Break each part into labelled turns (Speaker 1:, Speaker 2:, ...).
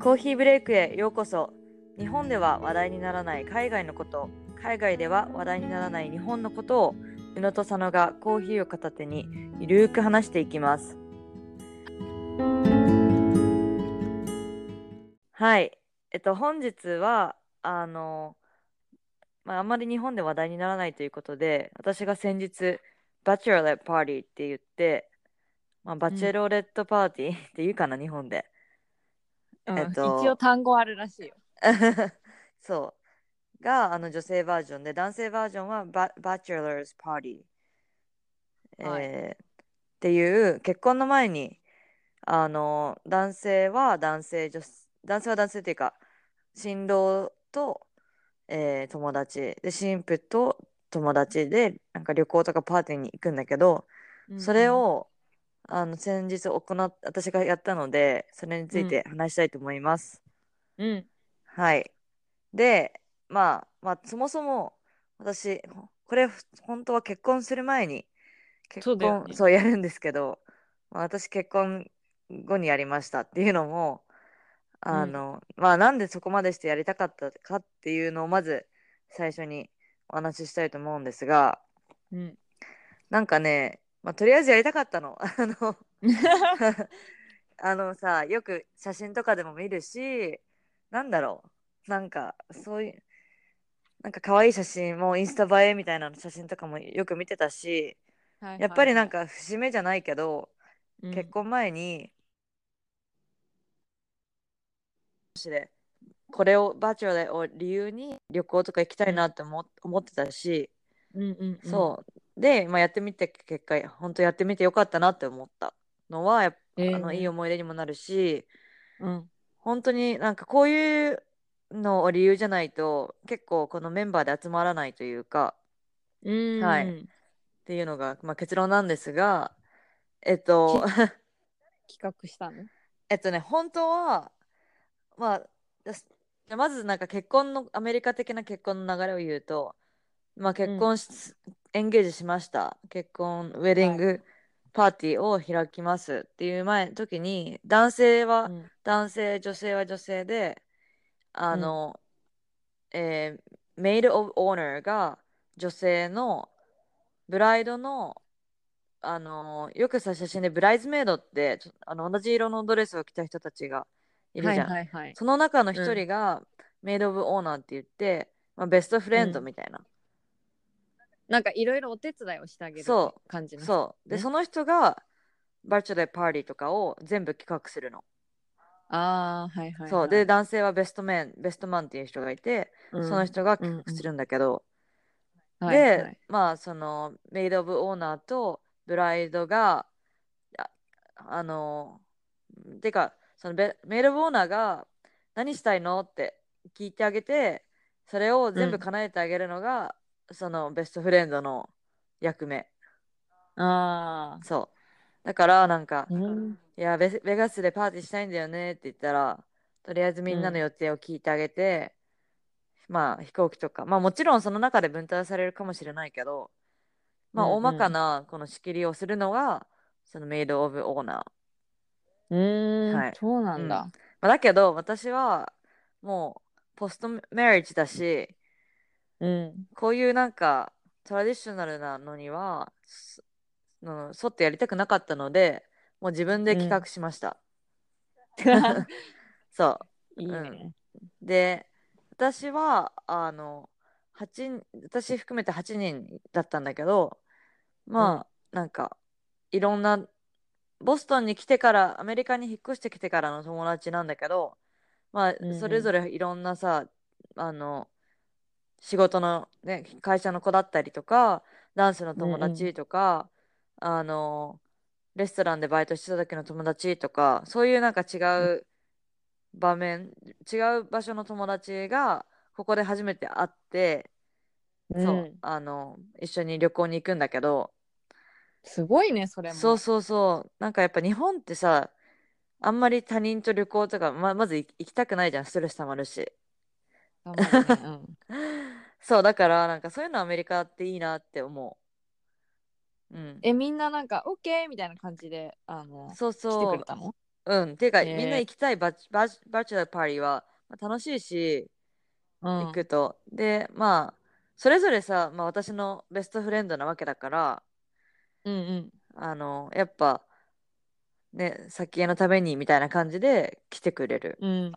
Speaker 1: コーヒーブレイクへようこそ日本では話題にならない海外のこと海外では話題にならない日本のことを宇野と佐野がコーヒーを片手にゆるーく話していきますはいえっと本日はあのまあ、あんまり日本で話題にならないということで私が先日バチェロレットパーティーって言って、まあ、バチェロレットパーティーっていうかな、日本で
Speaker 2: うん
Speaker 1: えっと
Speaker 2: 一応単語あるらしいよ。
Speaker 1: そう。が、あの女性バージョンで、男性バージョンはバ、バチェラーズパーティー。
Speaker 2: はい
Speaker 1: えーっていう、結婚の前に、あの、男性は男性、女性男性は男性っていうか、新郎と、えー友達、で、新婦と友達で、なんか旅行とかパーティーに行くんだけど、それを、あの、先日行っ、私がやったので、それについて話したいと思います。
Speaker 2: うん、うん
Speaker 1: はい。で、まあ、まあ、そもそも、私、ほこれ、ふ本当は結婚する前に、結
Speaker 2: そうだよね
Speaker 1: 婚、そうやるんですけど、まあ、私、結婚後にやりましたっていうのも、あの、まあ、なんでそこまでしてやりたかったかっていうのを、まず、最初にお話ししたいと思うんですが、
Speaker 2: うん、
Speaker 1: なんかね、まあ、とりあえずやりたかったの。 あの、あのさよく写真とかでも見るしなんだろうなんかそういうなんか可愛い写真もインスタ映えみたいなの写真とかもよく見てたしやっぱりなんか節目じゃないけど、結
Speaker 2: 構
Speaker 1: 婚前にこれをバーチャルを理由に旅行とか行きたいなって思思ってたし、
Speaker 2: うんうんうん、
Speaker 1: そうで、まあ、やってみて結果本当やってみてよかったなって思ったのはやっぱ、
Speaker 2: えー
Speaker 1: あのいい思い出にもなるし
Speaker 2: う、うん
Speaker 1: 本当になんかこういうのを理由じゃないと結構このメンバーで集まらないというか
Speaker 2: うん
Speaker 1: はいっていうのが、まあ、結論なんですがえっと
Speaker 2: 企画したの
Speaker 1: えっとね本当はまあよしじゃあまずなんか結婚のアメリカ的な結婚の流れを言うと、まあ、結婚し、エンゲージしました結婚ウェディングパーティーを開きますっていう前時に男性は、
Speaker 2: うん
Speaker 1: 男性女性は女性であの、えー、メイド・オブ・オーナーが女性のブライドのあのよくさ写真でブライズメイドってちょあの同じ色のドレスを着た人たちがいるじゃん、
Speaker 2: はいはいはい
Speaker 1: その中の一
Speaker 2: う
Speaker 1: 人が、メイド・オブ・オーナーって言って、まあ、ベストフレンド
Speaker 2: うん
Speaker 1: みたいな、
Speaker 2: なんかいろいろお手伝いをしてあげる
Speaker 1: そ
Speaker 2: 感じの
Speaker 1: そうで
Speaker 2: ね
Speaker 1: その人がバーチャルパーティーとかを全部企画するの、
Speaker 2: ああはいはいはい、
Speaker 1: そうで男性はベストメンベストマンっていう人がいて、
Speaker 2: うん
Speaker 1: その人が
Speaker 2: うんうん
Speaker 1: するんだけど、
Speaker 2: はい
Speaker 1: で、
Speaker 2: はい
Speaker 1: まあそのメイド・オブ・オーナーとブライドがああのてかそのベメイド・オブ・オーナーが何したいのって聞いてあげてそれを全
Speaker 2: う
Speaker 1: 部
Speaker 2: ん
Speaker 1: 叶えてあげるのが、そのベストフレンドの役目
Speaker 2: ああ
Speaker 1: そうだからなんか、
Speaker 2: う
Speaker 1: い
Speaker 2: ん
Speaker 1: やベスベガスでパーティーしたいんだよねって言ったらとりあえずみんなの予定を聞いてあげて、まあ飛行機とかまあもちろんその中で分担されるかもしれないけどまあ、
Speaker 2: うんうん
Speaker 1: 大まかなこの仕切りをするのがそのメイド・オブ・オーナー、ま
Speaker 2: うーん、
Speaker 1: はい
Speaker 2: そうなんだ、
Speaker 1: あ、だけど私はもうポストメリッジだし
Speaker 2: うん
Speaker 1: こういうなんかトラディショナルなのにはその沿ってやりたくなかったのでもう自分で企画しました、 そう
Speaker 2: いいね、
Speaker 1: で私はあの8私含めて8人だったんだけどまあ、なんかいろんなボストンに来てからアメリカに引っ越してきてからの友達なんだけどまあ、
Speaker 2: うんうん
Speaker 1: それぞれいろんなさあの仕事の、ね、会社の子だったりとかダンスの友達とか、あのレストランでバイトしてた時の友達とかそういうなんか違う場面、違う場所の友達がここで初めて会って、
Speaker 2: うん
Speaker 1: そうあの一緒に旅行に行くんだけど
Speaker 2: すごいねそれも
Speaker 1: そうそうそうなんかやっぱ日本ってさあんまり他人と旅行とかままず行行きたくないじゃんストレス溜まるし。
Speaker 2: 頑張るねうん
Speaker 1: そうだからなんかそういうのアメリカっていいなって思う。うん、
Speaker 2: えみんななんかオッケーみたいな感じであの
Speaker 1: そう
Speaker 2: 来て
Speaker 1: そ
Speaker 2: くれたの
Speaker 1: う、うん。っていうか、
Speaker 2: ね
Speaker 1: みんな行きたいバチバチバチュラーパーティーは、まあ、楽しいし、
Speaker 2: うん
Speaker 1: 行くと。で、まあ、それぞれさ、まあ、私のベストフレンドなわけだから、
Speaker 2: うんうん
Speaker 1: あの、やっぱ、ね、先へのためにみたいな感じで来てくれる。
Speaker 2: うん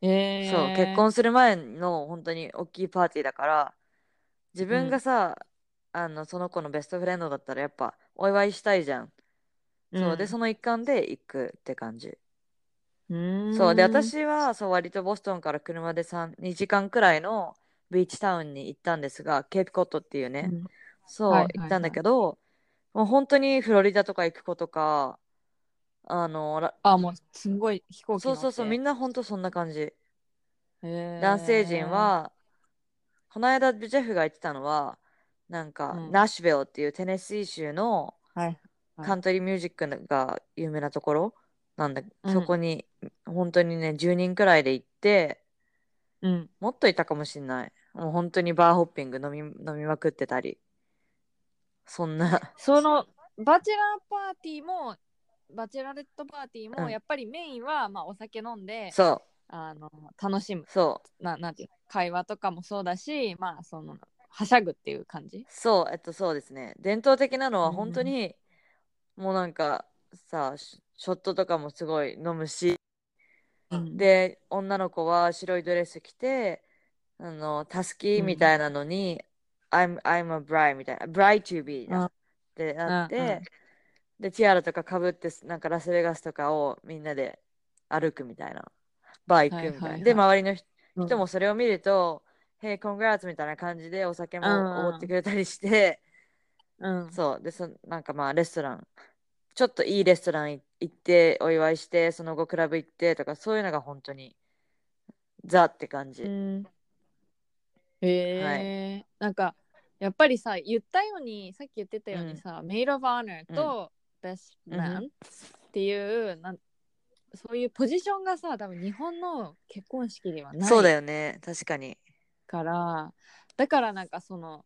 Speaker 2: えー、
Speaker 1: そう、結婚する前の本当に大きいパーティーだから、自分がさ、あの、その子のベストフレンドだったらやっぱお祝いしたいじゃん。そう、で、その一環で行くって感じ。
Speaker 2: の
Speaker 1: そうで私はそう割とボストンから車で3 2時間くらいのビーチタウンに行ったんですがケープコットっていうね、そう、
Speaker 2: はいはいはい
Speaker 1: 行ったんだけどもう本当にフロリダとか行く子とかあのら
Speaker 2: あもうすごい飛行機
Speaker 1: そうそうそうみん
Speaker 2: な、
Speaker 1: な本当そんな感じ、
Speaker 2: へー
Speaker 1: 男性陣はこの間ジェフが言ってたのはなんか、
Speaker 2: うん
Speaker 1: ナッシュビルっていうテネシー州の
Speaker 2: はい
Speaker 1: カントリーミュージックが有名なところなんだ、
Speaker 2: うん
Speaker 1: そこに本当にね10人くらいで行って
Speaker 2: うん
Speaker 1: もっといたかもしんない。もう本当にバーホッピング飲み飲みまくってたり。そんな。
Speaker 2: そのバチェラーパーティーもバチェラレットパーティー
Speaker 1: う
Speaker 2: も
Speaker 1: ん
Speaker 2: やっぱりメインは、まあ、お酒飲んで
Speaker 1: そ
Speaker 2: あの楽しむ
Speaker 1: う、そう、
Speaker 2: ななんていうの会話とかもそうだしまあそのはしゃぐっていう感じ
Speaker 1: そう、えっとそうですね。伝統的なのは
Speaker 2: うん
Speaker 1: 本当に、もうなんかさ、シショットとかもすごい飲むし、
Speaker 2: で
Speaker 1: で、女の子は白いドレス着て、あの、タスキみたいなのに、I'm, I'm a bride みたいな、bride to be だ
Speaker 2: うん
Speaker 1: ってなって、
Speaker 2: うんうん
Speaker 1: で、ティアラとかかぶって、なんかラスベガスとかをみんなで歩くみたいな、バー行くみたいな。
Speaker 2: はいはいはい
Speaker 1: で、周りの人
Speaker 2: うん
Speaker 1: 人もそれを見ると、Hey, congrats! みたいな感じでお酒
Speaker 2: うん
Speaker 1: もおごってくれたりして、
Speaker 2: うん
Speaker 1: そう、で、そなんかまあ、レストラン、ちょっといいレストランい行って、お祝いして、その後クラブ行ってとか、そういうのが本当に、ザって感じ。
Speaker 2: うんへえ、なんかやっぱりさ言ったようにさっき言ってたようにさ、メイド・オブ・オナーとベストマンっていう、なんそういうポジションがさ多分日本の結婚式ではない
Speaker 1: そうだよね、確かに。
Speaker 2: からだからなんかその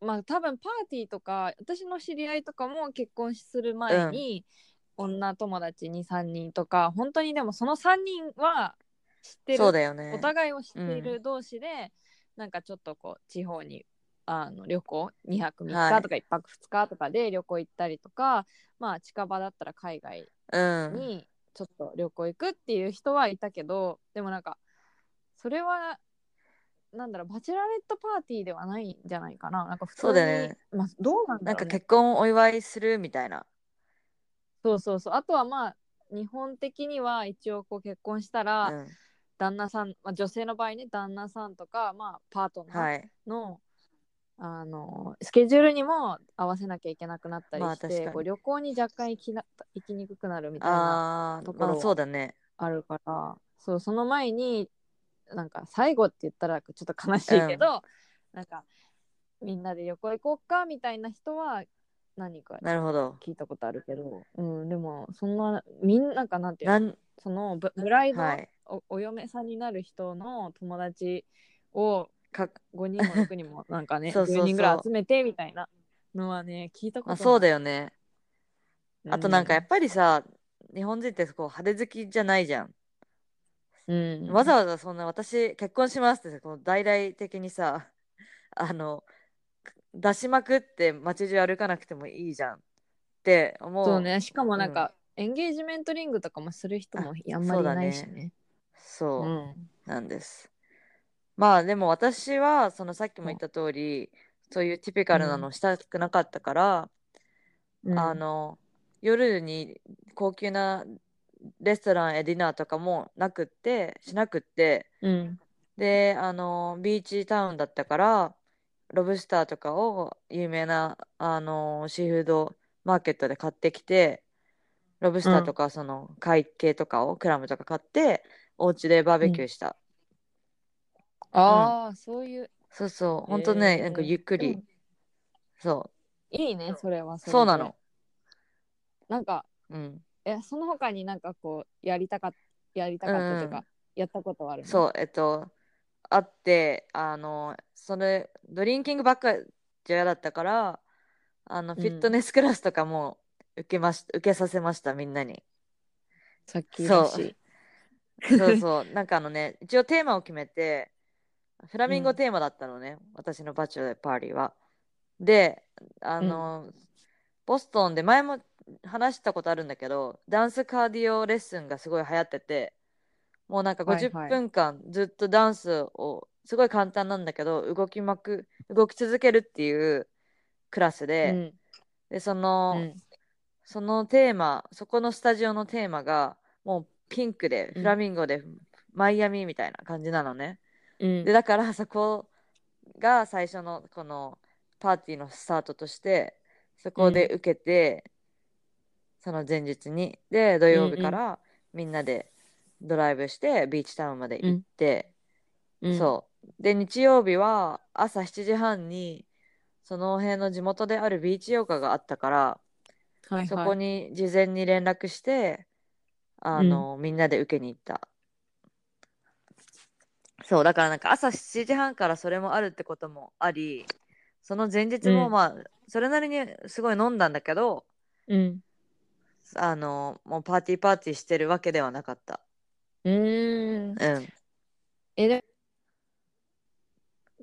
Speaker 2: まあ多分パーティーとか私の知り合いとかも結婚する前に、女友達23人とか本当にでもその3人は知ってる
Speaker 1: そうだよね。
Speaker 2: お互いを知っていうる同士で、なんかちょっとこう地方にあの旅行2泊3
Speaker 1: はい
Speaker 2: 日とか1泊2日とかで旅行行ったりとか、まあ近場だったら海外
Speaker 1: うん。
Speaker 2: にちょっと旅行行くっていう人はいたけどでもなんかそれはなんだろうバチェラレットパーティーではないんじゃないかななんか普通に
Speaker 1: そうだよね
Speaker 2: まあ、どうなん
Speaker 1: なん
Speaker 2: だろ
Speaker 1: か
Speaker 2: う、ね、
Speaker 1: 結婚をお祝いするみたいな。
Speaker 2: そうそうそうあとはまあ日本的には一応こう結婚したら、
Speaker 1: うん。
Speaker 2: 旦那さん、まあ、女性の場合ね旦那さんとか、まあ、パートナー
Speaker 1: はい。
Speaker 2: のあのスケジュールにも合わせなきゃいけなくなったり
Speaker 1: まあ
Speaker 2: して、
Speaker 1: 確かに
Speaker 2: こう旅行に若干行きな行きにくくなるみたいな
Speaker 1: ああ
Speaker 2: ところ
Speaker 1: まあ
Speaker 2: は
Speaker 1: そうだね。
Speaker 2: あるからそうその前になんか最後って言ったらちょっと悲しいけど、なんかみんなで旅行行こうかみたいな人は何か
Speaker 1: なるほど。
Speaker 2: 聞いたことあるけど、うん、でもそんなみんななんかなんていうの
Speaker 1: なん
Speaker 2: そのブブライド、
Speaker 1: はい。
Speaker 2: おお嫁さんになる人の友達を
Speaker 1: か
Speaker 2: 5人も6人もなんかね
Speaker 1: そうそうそう
Speaker 2: 10人ぐらい集めてみたいなのはね聞いたこと
Speaker 1: ま
Speaker 2: な
Speaker 1: あ、
Speaker 2: い
Speaker 1: そうだよね。
Speaker 2: う
Speaker 1: あとなんかやっぱりさ、日本人ってこう派手好きじゃないじゃん。
Speaker 2: うん
Speaker 1: わざわざそんな私結婚しますってこの大々的にさ、 あの、出しまくって街中歩かなくてもいいじゃんって思う。
Speaker 2: そうねしかもなんか、エンゲージメントリングとかもする人もあんまりいないし
Speaker 1: そうだ
Speaker 2: ね
Speaker 1: そう。
Speaker 2: うん
Speaker 1: なんです。まあでも私はそのさっきも言った通りそういうティピカルなのしたくなかったから、
Speaker 2: うん
Speaker 1: あの夜に高級なレストランやディナーとかもなくってしなくって
Speaker 2: うん
Speaker 1: であのビーチタウンだったからロブスターとかを有名なあのシーフードマーケットで買ってきてロブスターとかその貝系とかをクラムとか買ってお家でバーベキューした。
Speaker 2: ああ、そういう
Speaker 1: そうそう、ほん
Speaker 2: え
Speaker 1: と
Speaker 2: ー
Speaker 1: ね、なんかゆっく
Speaker 2: で
Speaker 1: り
Speaker 2: も。
Speaker 1: そ
Speaker 2: いいねそれは
Speaker 1: う、
Speaker 2: それで
Speaker 1: そうなの。
Speaker 2: なんか
Speaker 1: うん。
Speaker 2: えその他になんかこうやりたかっやりたかったというか、
Speaker 1: うん
Speaker 2: やったことはあるの
Speaker 1: そう、えっと、あって、あの、それ、ドリンキングばっかじゃ嫌だったから、あの、
Speaker 2: ん
Speaker 1: フィットネスクラスとかも受けまし、受けさせました、みんなに。
Speaker 2: さっきだ
Speaker 1: そ
Speaker 2: し
Speaker 1: そうそう。なんかあのね、一応テーマを決めて、フラミン
Speaker 2: う
Speaker 1: ゴ
Speaker 2: ん
Speaker 1: テーマだったのね、私のバチュレパーティーは。で、あの、ボストンで前も話したことあるんだけど、ダンスカーディオレッスンがすごい流行ってて、もうなんか
Speaker 2: はいは
Speaker 1: 50
Speaker 2: い
Speaker 1: 分間ずっとダンスを、すごい簡単なんだけど、動きまく、動き続けるっていうクラスで、
Speaker 2: うん
Speaker 1: で、その、
Speaker 2: うん
Speaker 1: そのテーマ、そこのスタジオのテーマが、もうピンクで、
Speaker 2: うん
Speaker 1: フラミンゴで、マイアミみたいな感じなのね。
Speaker 2: うん
Speaker 1: で、だからそこが最初のこのパーティーのスタートとして、そこで受けて、その前日に、で、土曜日からみんなでドライブして、ビーチタウンまで行って、
Speaker 2: うん
Speaker 1: そう。で、日曜日は朝7時半に、その辺の地元であるビーチヨガがあったから、
Speaker 2: はいはい
Speaker 1: そこに事前に連絡して、あの、みんなで受けに行った。そう、だからなんか朝7時半からそれもあるってこともあり、その前日
Speaker 2: う
Speaker 1: も
Speaker 2: ん
Speaker 1: まあ、それなりにすごい飲んだんだけど、
Speaker 2: うん
Speaker 1: あの、もうパーティーパーティーしてるわけではなかった。
Speaker 2: うーん
Speaker 1: うん。
Speaker 2: えで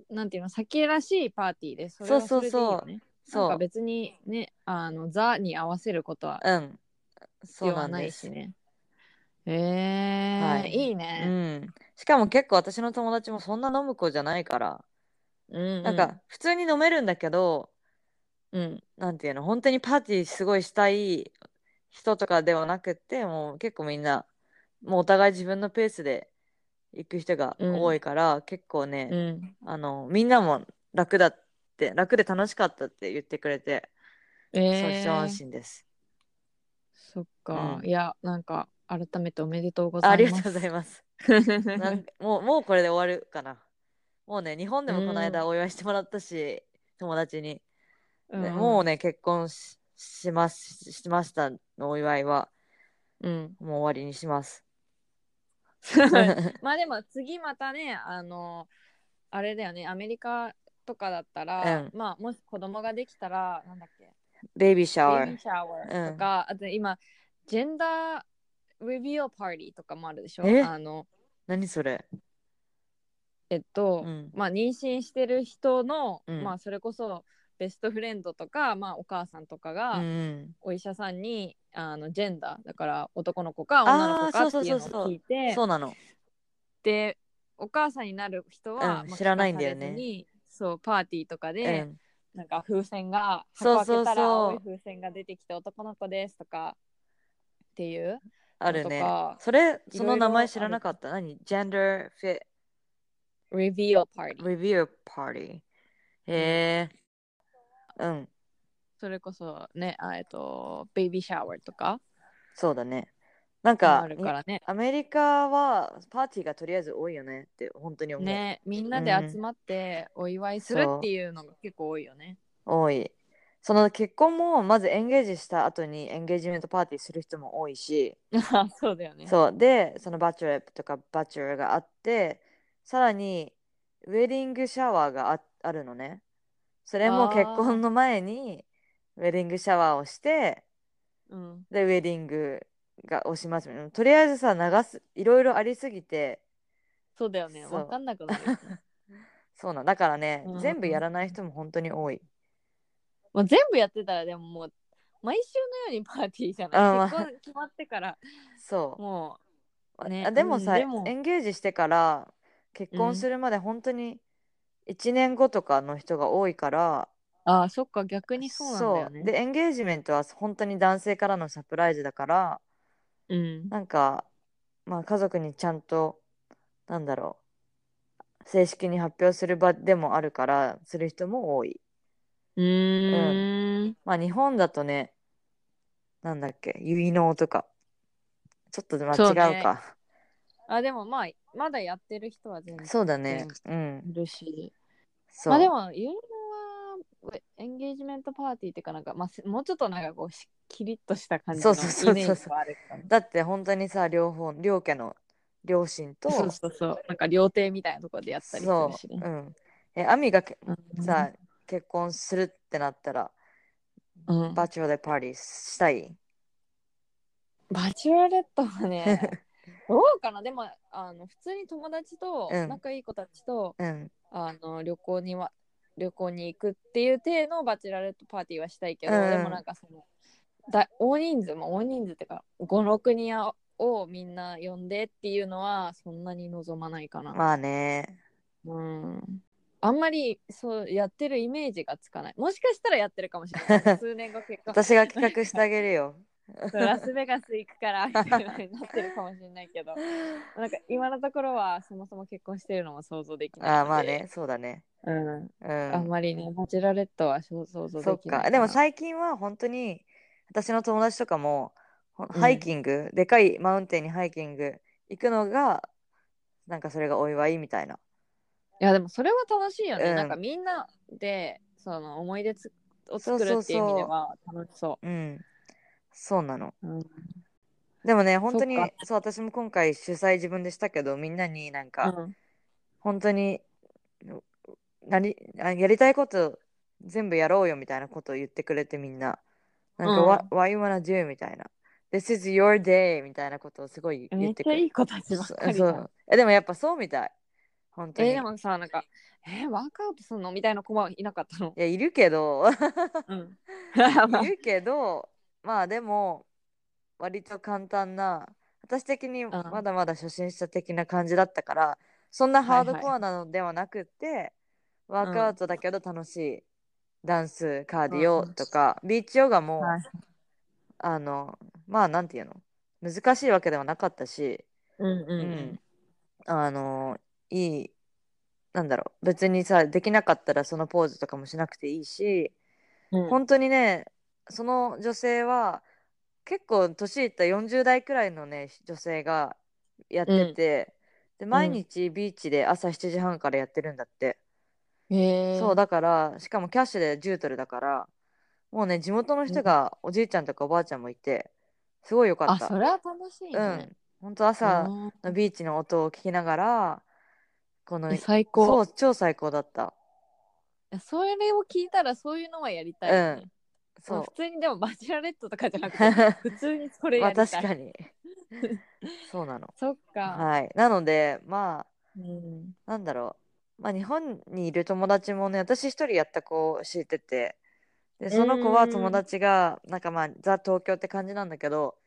Speaker 2: なんていうの酒らしいパーティーでそれは
Speaker 1: そうそうそう
Speaker 2: それでいいよねなん
Speaker 1: そ
Speaker 2: か
Speaker 1: う。
Speaker 2: 別にねあのザに合わせることは
Speaker 1: うん。
Speaker 2: 必
Speaker 1: そう
Speaker 2: 要
Speaker 1: な
Speaker 2: は
Speaker 1: ん
Speaker 2: な
Speaker 1: で
Speaker 2: い
Speaker 1: す
Speaker 2: し。ねえー
Speaker 1: はい
Speaker 2: い、いうね、
Speaker 1: ん。しかも結構私の友達もそんな飲む子じゃないから、
Speaker 2: うんうん、
Speaker 1: なんか普通に飲めるんだけど、
Speaker 2: うん
Speaker 1: なんていうの、本当にパーティーすごいしたい人とかではなくって、もう結構みんな、もうお互い自分のペースで行く人が多いから、結構
Speaker 2: う
Speaker 1: ね、
Speaker 2: ん
Speaker 1: あの、みんなも楽だって、楽で楽しかったって言ってくれて、
Speaker 2: え
Speaker 1: そう一
Speaker 2: ー
Speaker 1: 安心です。
Speaker 2: そっか、
Speaker 1: うん
Speaker 2: いやなんか改めておめでとうございます
Speaker 1: ありがとうございます。
Speaker 2: ます
Speaker 1: なんもう、もうこれで終わるかな。もうね、日本でもこの間お祝いしてもらったし、友達に。でもうね、結婚しします、しましたのお祝いは、
Speaker 2: うん、 うん、
Speaker 1: もう終わりにします。
Speaker 2: まあでも次またねあのあれだよねアメリカとかだったら、まあもし子供ができたらなんだっけ
Speaker 1: ベイビーシャワ
Speaker 2: ベイビー
Speaker 1: ー。
Speaker 2: シャワーとか、あと今ジェンダーレビューパーティーとかもあるでしょ
Speaker 1: え
Speaker 2: あの
Speaker 1: 何それ
Speaker 2: えっと、
Speaker 1: うん。
Speaker 2: まあ妊娠してる人の、
Speaker 1: うん
Speaker 2: まあそれこそベストフレンドとか、まあ、お母さんとかが、
Speaker 1: うん
Speaker 2: お医者さんにあのジェンダーだから男の子か女の子か
Speaker 1: あー
Speaker 2: っていうの
Speaker 1: そうそうそう
Speaker 2: を
Speaker 1: そう
Speaker 2: 聞いて
Speaker 1: そうなの。
Speaker 2: でお母さんになる人は、
Speaker 1: うん
Speaker 2: まあ
Speaker 1: 知らないんだよね
Speaker 2: 聞かされずにそうパーティーとか
Speaker 1: う
Speaker 2: で、
Speaker 1: ん。
Speaker 2: なんか風船が
Speaker 1: そう
Speaker 2: 箱
Speaker 1: そ
Speaker 2: 開
Speaker 1: うそ
Speaker 2: け
Speaker 1: う
Speaker 2: たら青い風船が出てきて男の子ですとかっていう
Speaker 1: あるね
Speaker 2: とか。
Speaker 1: それ、
Speaker 2: い
Speaker 1: その名前知ら
Speaker 2: ある
Speaker 1: なかった。何 ?Gender Fit
Speaker 2: レビューパーティー
Speaker 1: Review Party。へえ。うん。
Speaker 2: それこそねあえっとベイビーシャワーとか
Speaker 1: そうだね。なん
Speaker 2: あ
Speaker 1: か、
Speaker 2: るからね
Speaker 1: アメリカはパーティーがとりあえず多いよねって本当に思う。
Speaker 2: ねみんなで集まってお祝いするっていうのが結構多いよね。
Speaker 1: 多い。その結婚もまずエンゲージした後にエンゲージメントパーティーする人も多いし、
Speaker 2: そうだよね。
Speaker 1: そうでそのバチュレとかバチュレがあってさらにウェディングシャワーがあ、あるのねそれも
Speaker 2: あー
Speaker 1: 結婚の前にウェディングシャワーをして
Speaker 2: うん
Speaker 1: でウェディングがをしますうんとりあえずさ流すいろいろありすぎて
Speaker 2: そうだよね。
Speaker 1: そう
Speaker 2: わかんなくなるよね。
Speaker 1: そうなんだからね
Speaker 2: うん
Speaker 1: 全部やらない人も本当に多い
Speaker 2: まあ、全部やってたらでももう毎週のようにパーティーじゃ
Speaker 1: あま
Speaker 2: な
Speaker 1: あ
Speaker 2: い結婚決まってから
Speaker 1: そ
Speaker 2: も
Speaker 1: う、
Speaker 2: ね
Speaker 1: あでもさ、
Speaker 2: うんでも
Speaker 1: エンゲージしてから結
Speaker 2: う
Speaker 1: 婚
Speaker 2: ん
Speaker 1: するまで本当に1年後とかの人が多いから、
Speaker 2: うああそっか逆にそうなんだよね。
Speaker 1: そうでエンゲージメントは本当に男性からのサプライズだから
Speaker 2: うん、
Speaker 1: なんか、まあ、家族にちゃんとなんだろう正式に発表する場でもあるからする人も多い。
Speaker 2: うーん
Speaker 1: まあ日本だとねなんだっけ結納とかちょっとまあ
Speaker 2: そうね
Speaker 1: 違うか
Speaker 2: あでもまあまだやってる人は全
Speaker 1: そう,、
Speaker 2: 然
Speaker 1: だねうん
Speaker 2: いるし
Speaker 1: そう、
Speaker 2: まあでも有能はエンゲージメントパーティーっていうかなんか、まあ、せもうちょっとなんかこうしキリッとした感じの
Speaker 1: そうそうそうそう
Speaker 2: イメージはあるからね
Speaker 1: だって本当にさ両方両家の両親と
Speaker 2: そうそうそうなんか料亭みたいなところでやったりす
Speaker 1: そ
Speaker 2: るし
Speaker 1: う、う
Speaker 2: ね。
Speaker 1: ん、えアミがけ
Speaker 2: うん
Speaker 1: さ、結婚するってなったら
Speaker 2: うん
Speaker 1: バチュラーでパーティーしたい
Speaker 2: バチュラレットはね どうかなでもあの普通に友達と
Speaker 1: うん
Speaker 2: 仲いい子たちと、
Speaker 1: うん。
Speaker 2: あの旅行には旅行に行くっていう体のバチュラレットパーティーはしたいけど、
Speaker 1: うん
Speaker 2: でもなんかそのだ大人数も大人数っていうか56人をみんな呼んでっていうのはそんなに望まないかな、
Speaker 1: まあね。
Speaker 2: うん、あんまりそうやってるイメージがつかないもしかしたらやってるかもしれ ない数年後結婚
Speaker 1: 私が企 画してあげるよ。
Speaker 2: ラスベガス行くからみたいな風になってるかもしれないけどなんか今のところはそもそも結婚してるのも想像できないので
Speaker 1: ああ、まあね。そうだね。
Speaker 2: うん、
Speaker 1: う
Speaker 2: あん
Speaker 1: ん。
Speaker 2: まりねバチェラレットは想像できな
Speaker 1: そ
Speaker 2: い
Speaker 1: っか。でも最近は本当に私の友達とかもほん
Speaker 2: うん
Speaker 1: ハイキング、でかいマウンテンにハイキング行くのがなんかそれがお祝いみたいな。
Speaker 2: いやでもそれは楽しいよね、
Speaker 1: うん
Speaker 2: なんかみんなでその思い出つを
Speaker 1: そ
Speaker 2: 作
Speaker 1: うそ
Speaker 2: る
Speaker 1: う
Speaker 2: っていう意味では楽しそう
Speaker 1: うん。そうなの。
Speaker 2: うん
Speaker 1: でもね、本当に
Speaker 2: そっか
Speaker 1: そう私も今回主催自分でしたけど、みんなになんか、
Speaker 2: うん
Speaker 1: 本当に何あやりたいこと全部やろうよみたいなことを言ってくれてみんな。なんか、
Speaker 2: うん
Speaker 1: What, what you wanna do? みたいな。This is your day! みたいなことをすごい
Speaker 2: め
Speaker 1: 言っ
Speaker 2: ってち
Speaker 1: く
Speaker 2: ゃ
Speaker 1: れ
Speaker 2: いい子たちばっか
Speaker 1: そ
Speaker 2: り
Speaker 1: そ
Speaker 2: だ
Speaker 1: うえでもやっぱそうみたい。本当
Speaker 2: え
Speaker 1: に。
Speaker 2: ーでもさなんかえーワークアウトするのみたいな子はいなかったの
Speaker 1: いやいるけど
Speaker 2: うん
Speaker 1: いるけどまあでも割と簡単な私的に
Speaker 2: ん
Speaker 1: まだまだ初心者的な感じだったから、そんなハードコアなのではなくって、ワークアウトだけど楽しい、ダンスカーディオとか、ビーチヨガも、
Speaker 2: はい
Speaker 1: あのまあなんていうの難しいわけではなかったし、
Speaker 2: うんうんう
Speaker 1: うんんあのいいなんだろう別にさできなかったらそのポーズとかもしなくていいし、
Speaker 2: うん
Speaker 1: 本当にねその女性は結構年いった40代くらいのね女性がやってて、で毎日ビーチで朝7時半からやってるんだって、
Speaker 2: へー
Speaker 1: そうだからしかもキャッシュで10ドルだからもうね地元の人がおじいちゃんとかおばあちゃんもいてすごいよか
Speaker 2: あ
Speaker 1: った
Speaker 2: それは楽しいね、
Speaker 1: うん本当朝のビーチの音を聞きながらこ
Speaker 2: う
Speaker 1: の
Speaker 2: んえ最高
Speaker 1: そう超最高だった
Speaker 2: いやそれを聞いたらそういうのはやりたいよね、
Speaker 1: う
Speaker 2: ま
Speaker 1: そ
Speaker 2: あ普通にでもバチュラレットとかじゃなくて
Speaker 1: う
Speaker 2: 普通にそれ
Speaker 1: ま
Speaker 2: や
Speaker 1: あ
Speaker 2: りたい
Speaker 1: 確か にそうなの
Speaker 2: そっか、
Speaker 1: はいなのでまあ
Speaker 2: うん
Speaker 1: なんだろうまあ日本にいる友達もね私一人やった子を知っててでその子は友達がなんかまあザ東京って感じなんだけど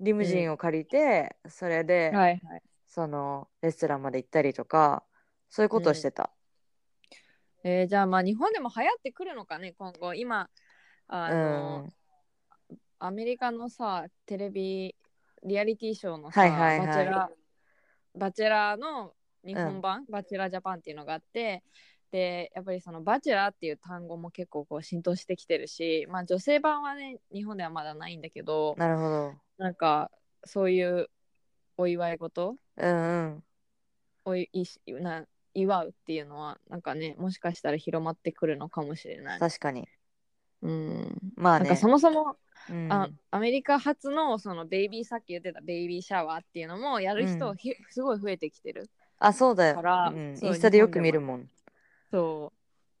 Speaker 1: リムジンを借りて、それで、
Speaker 2: はいはい
Speaker 1: そのレストランまで行ったりとかそういうことをしてた、
Speaker 2: えーじゃあまあ日本でも流行ってくるのかね今後今あの、
Speaker 1: うん
Speaker 2: アメリカのさテレビリアリティショーのさ、
Speaker 1: はいはいはい
Speaker 2: バチェラバチェラの日本版、バチェラジャパンっていうのがあってでやっぱりそのバチェラっていう単語も結構こう浸透してきてるし、まあ、女性版はね日本ではまだないんだけど
Speaker 1: なるほど
Speaker 2: なんかそういうお祝い事
Speaker 1: うんうん
Speaker 2: をいいしな祝うっていうのはなんかねもしかしたら広まってくるのかもしれない。
Speaker 1: 確かに
Speaker 2: うん
Speaker 1: まあ
Speaker 2: なん
Speaker 1: ね
Speaker 2: かそもそも、
Speaker 1: うん
Speaker 2: あアメリカ発のそのベイビーさっき言ってたベイビーシャワーっていうのもやる人、
Speaker 1: うん
Speaker 2: ひすごい増えてきてる
Speaker 1: あそうだよ、
Speaker 2: から
Speaker 1: うん、
Speaker 2: そう
Speaker 1: インスタでよく見るもん
Speaker 2: そう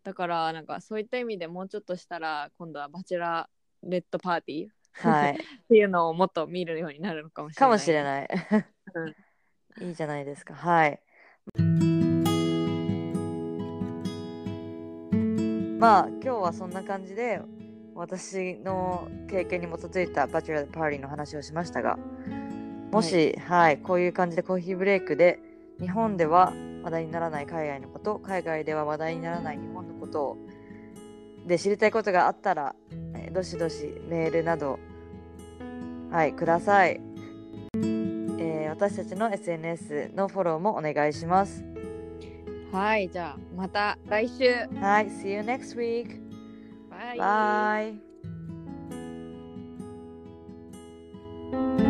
Speaker 2: だからなんかそういった意味でもうちょっとしたら今度はバチェラレッドパーティーっ
Speaker 1: はい
Speaker 2: ていうのをもっと見るようになるのかもしれない
Speaker 1: かもしれない。いいじゃないですか。はい。まあ今日はそんな感じで私の経験に基づいたバチュラーパーティーの話をしましたがもし、はいこういう感じでコーヒーブレイクで日本では話題にならない海外のこと海外では話題にならない日本のことをで知りたいことがあったら、えーどしどしメールなどはいください。えー私たちの SNS のフォローもお願いします。
Speaker 2: はいじゃあまた来週
Speaker 1: はい、See you next week!
Speaker 2: バ
Speaker 1: Bye!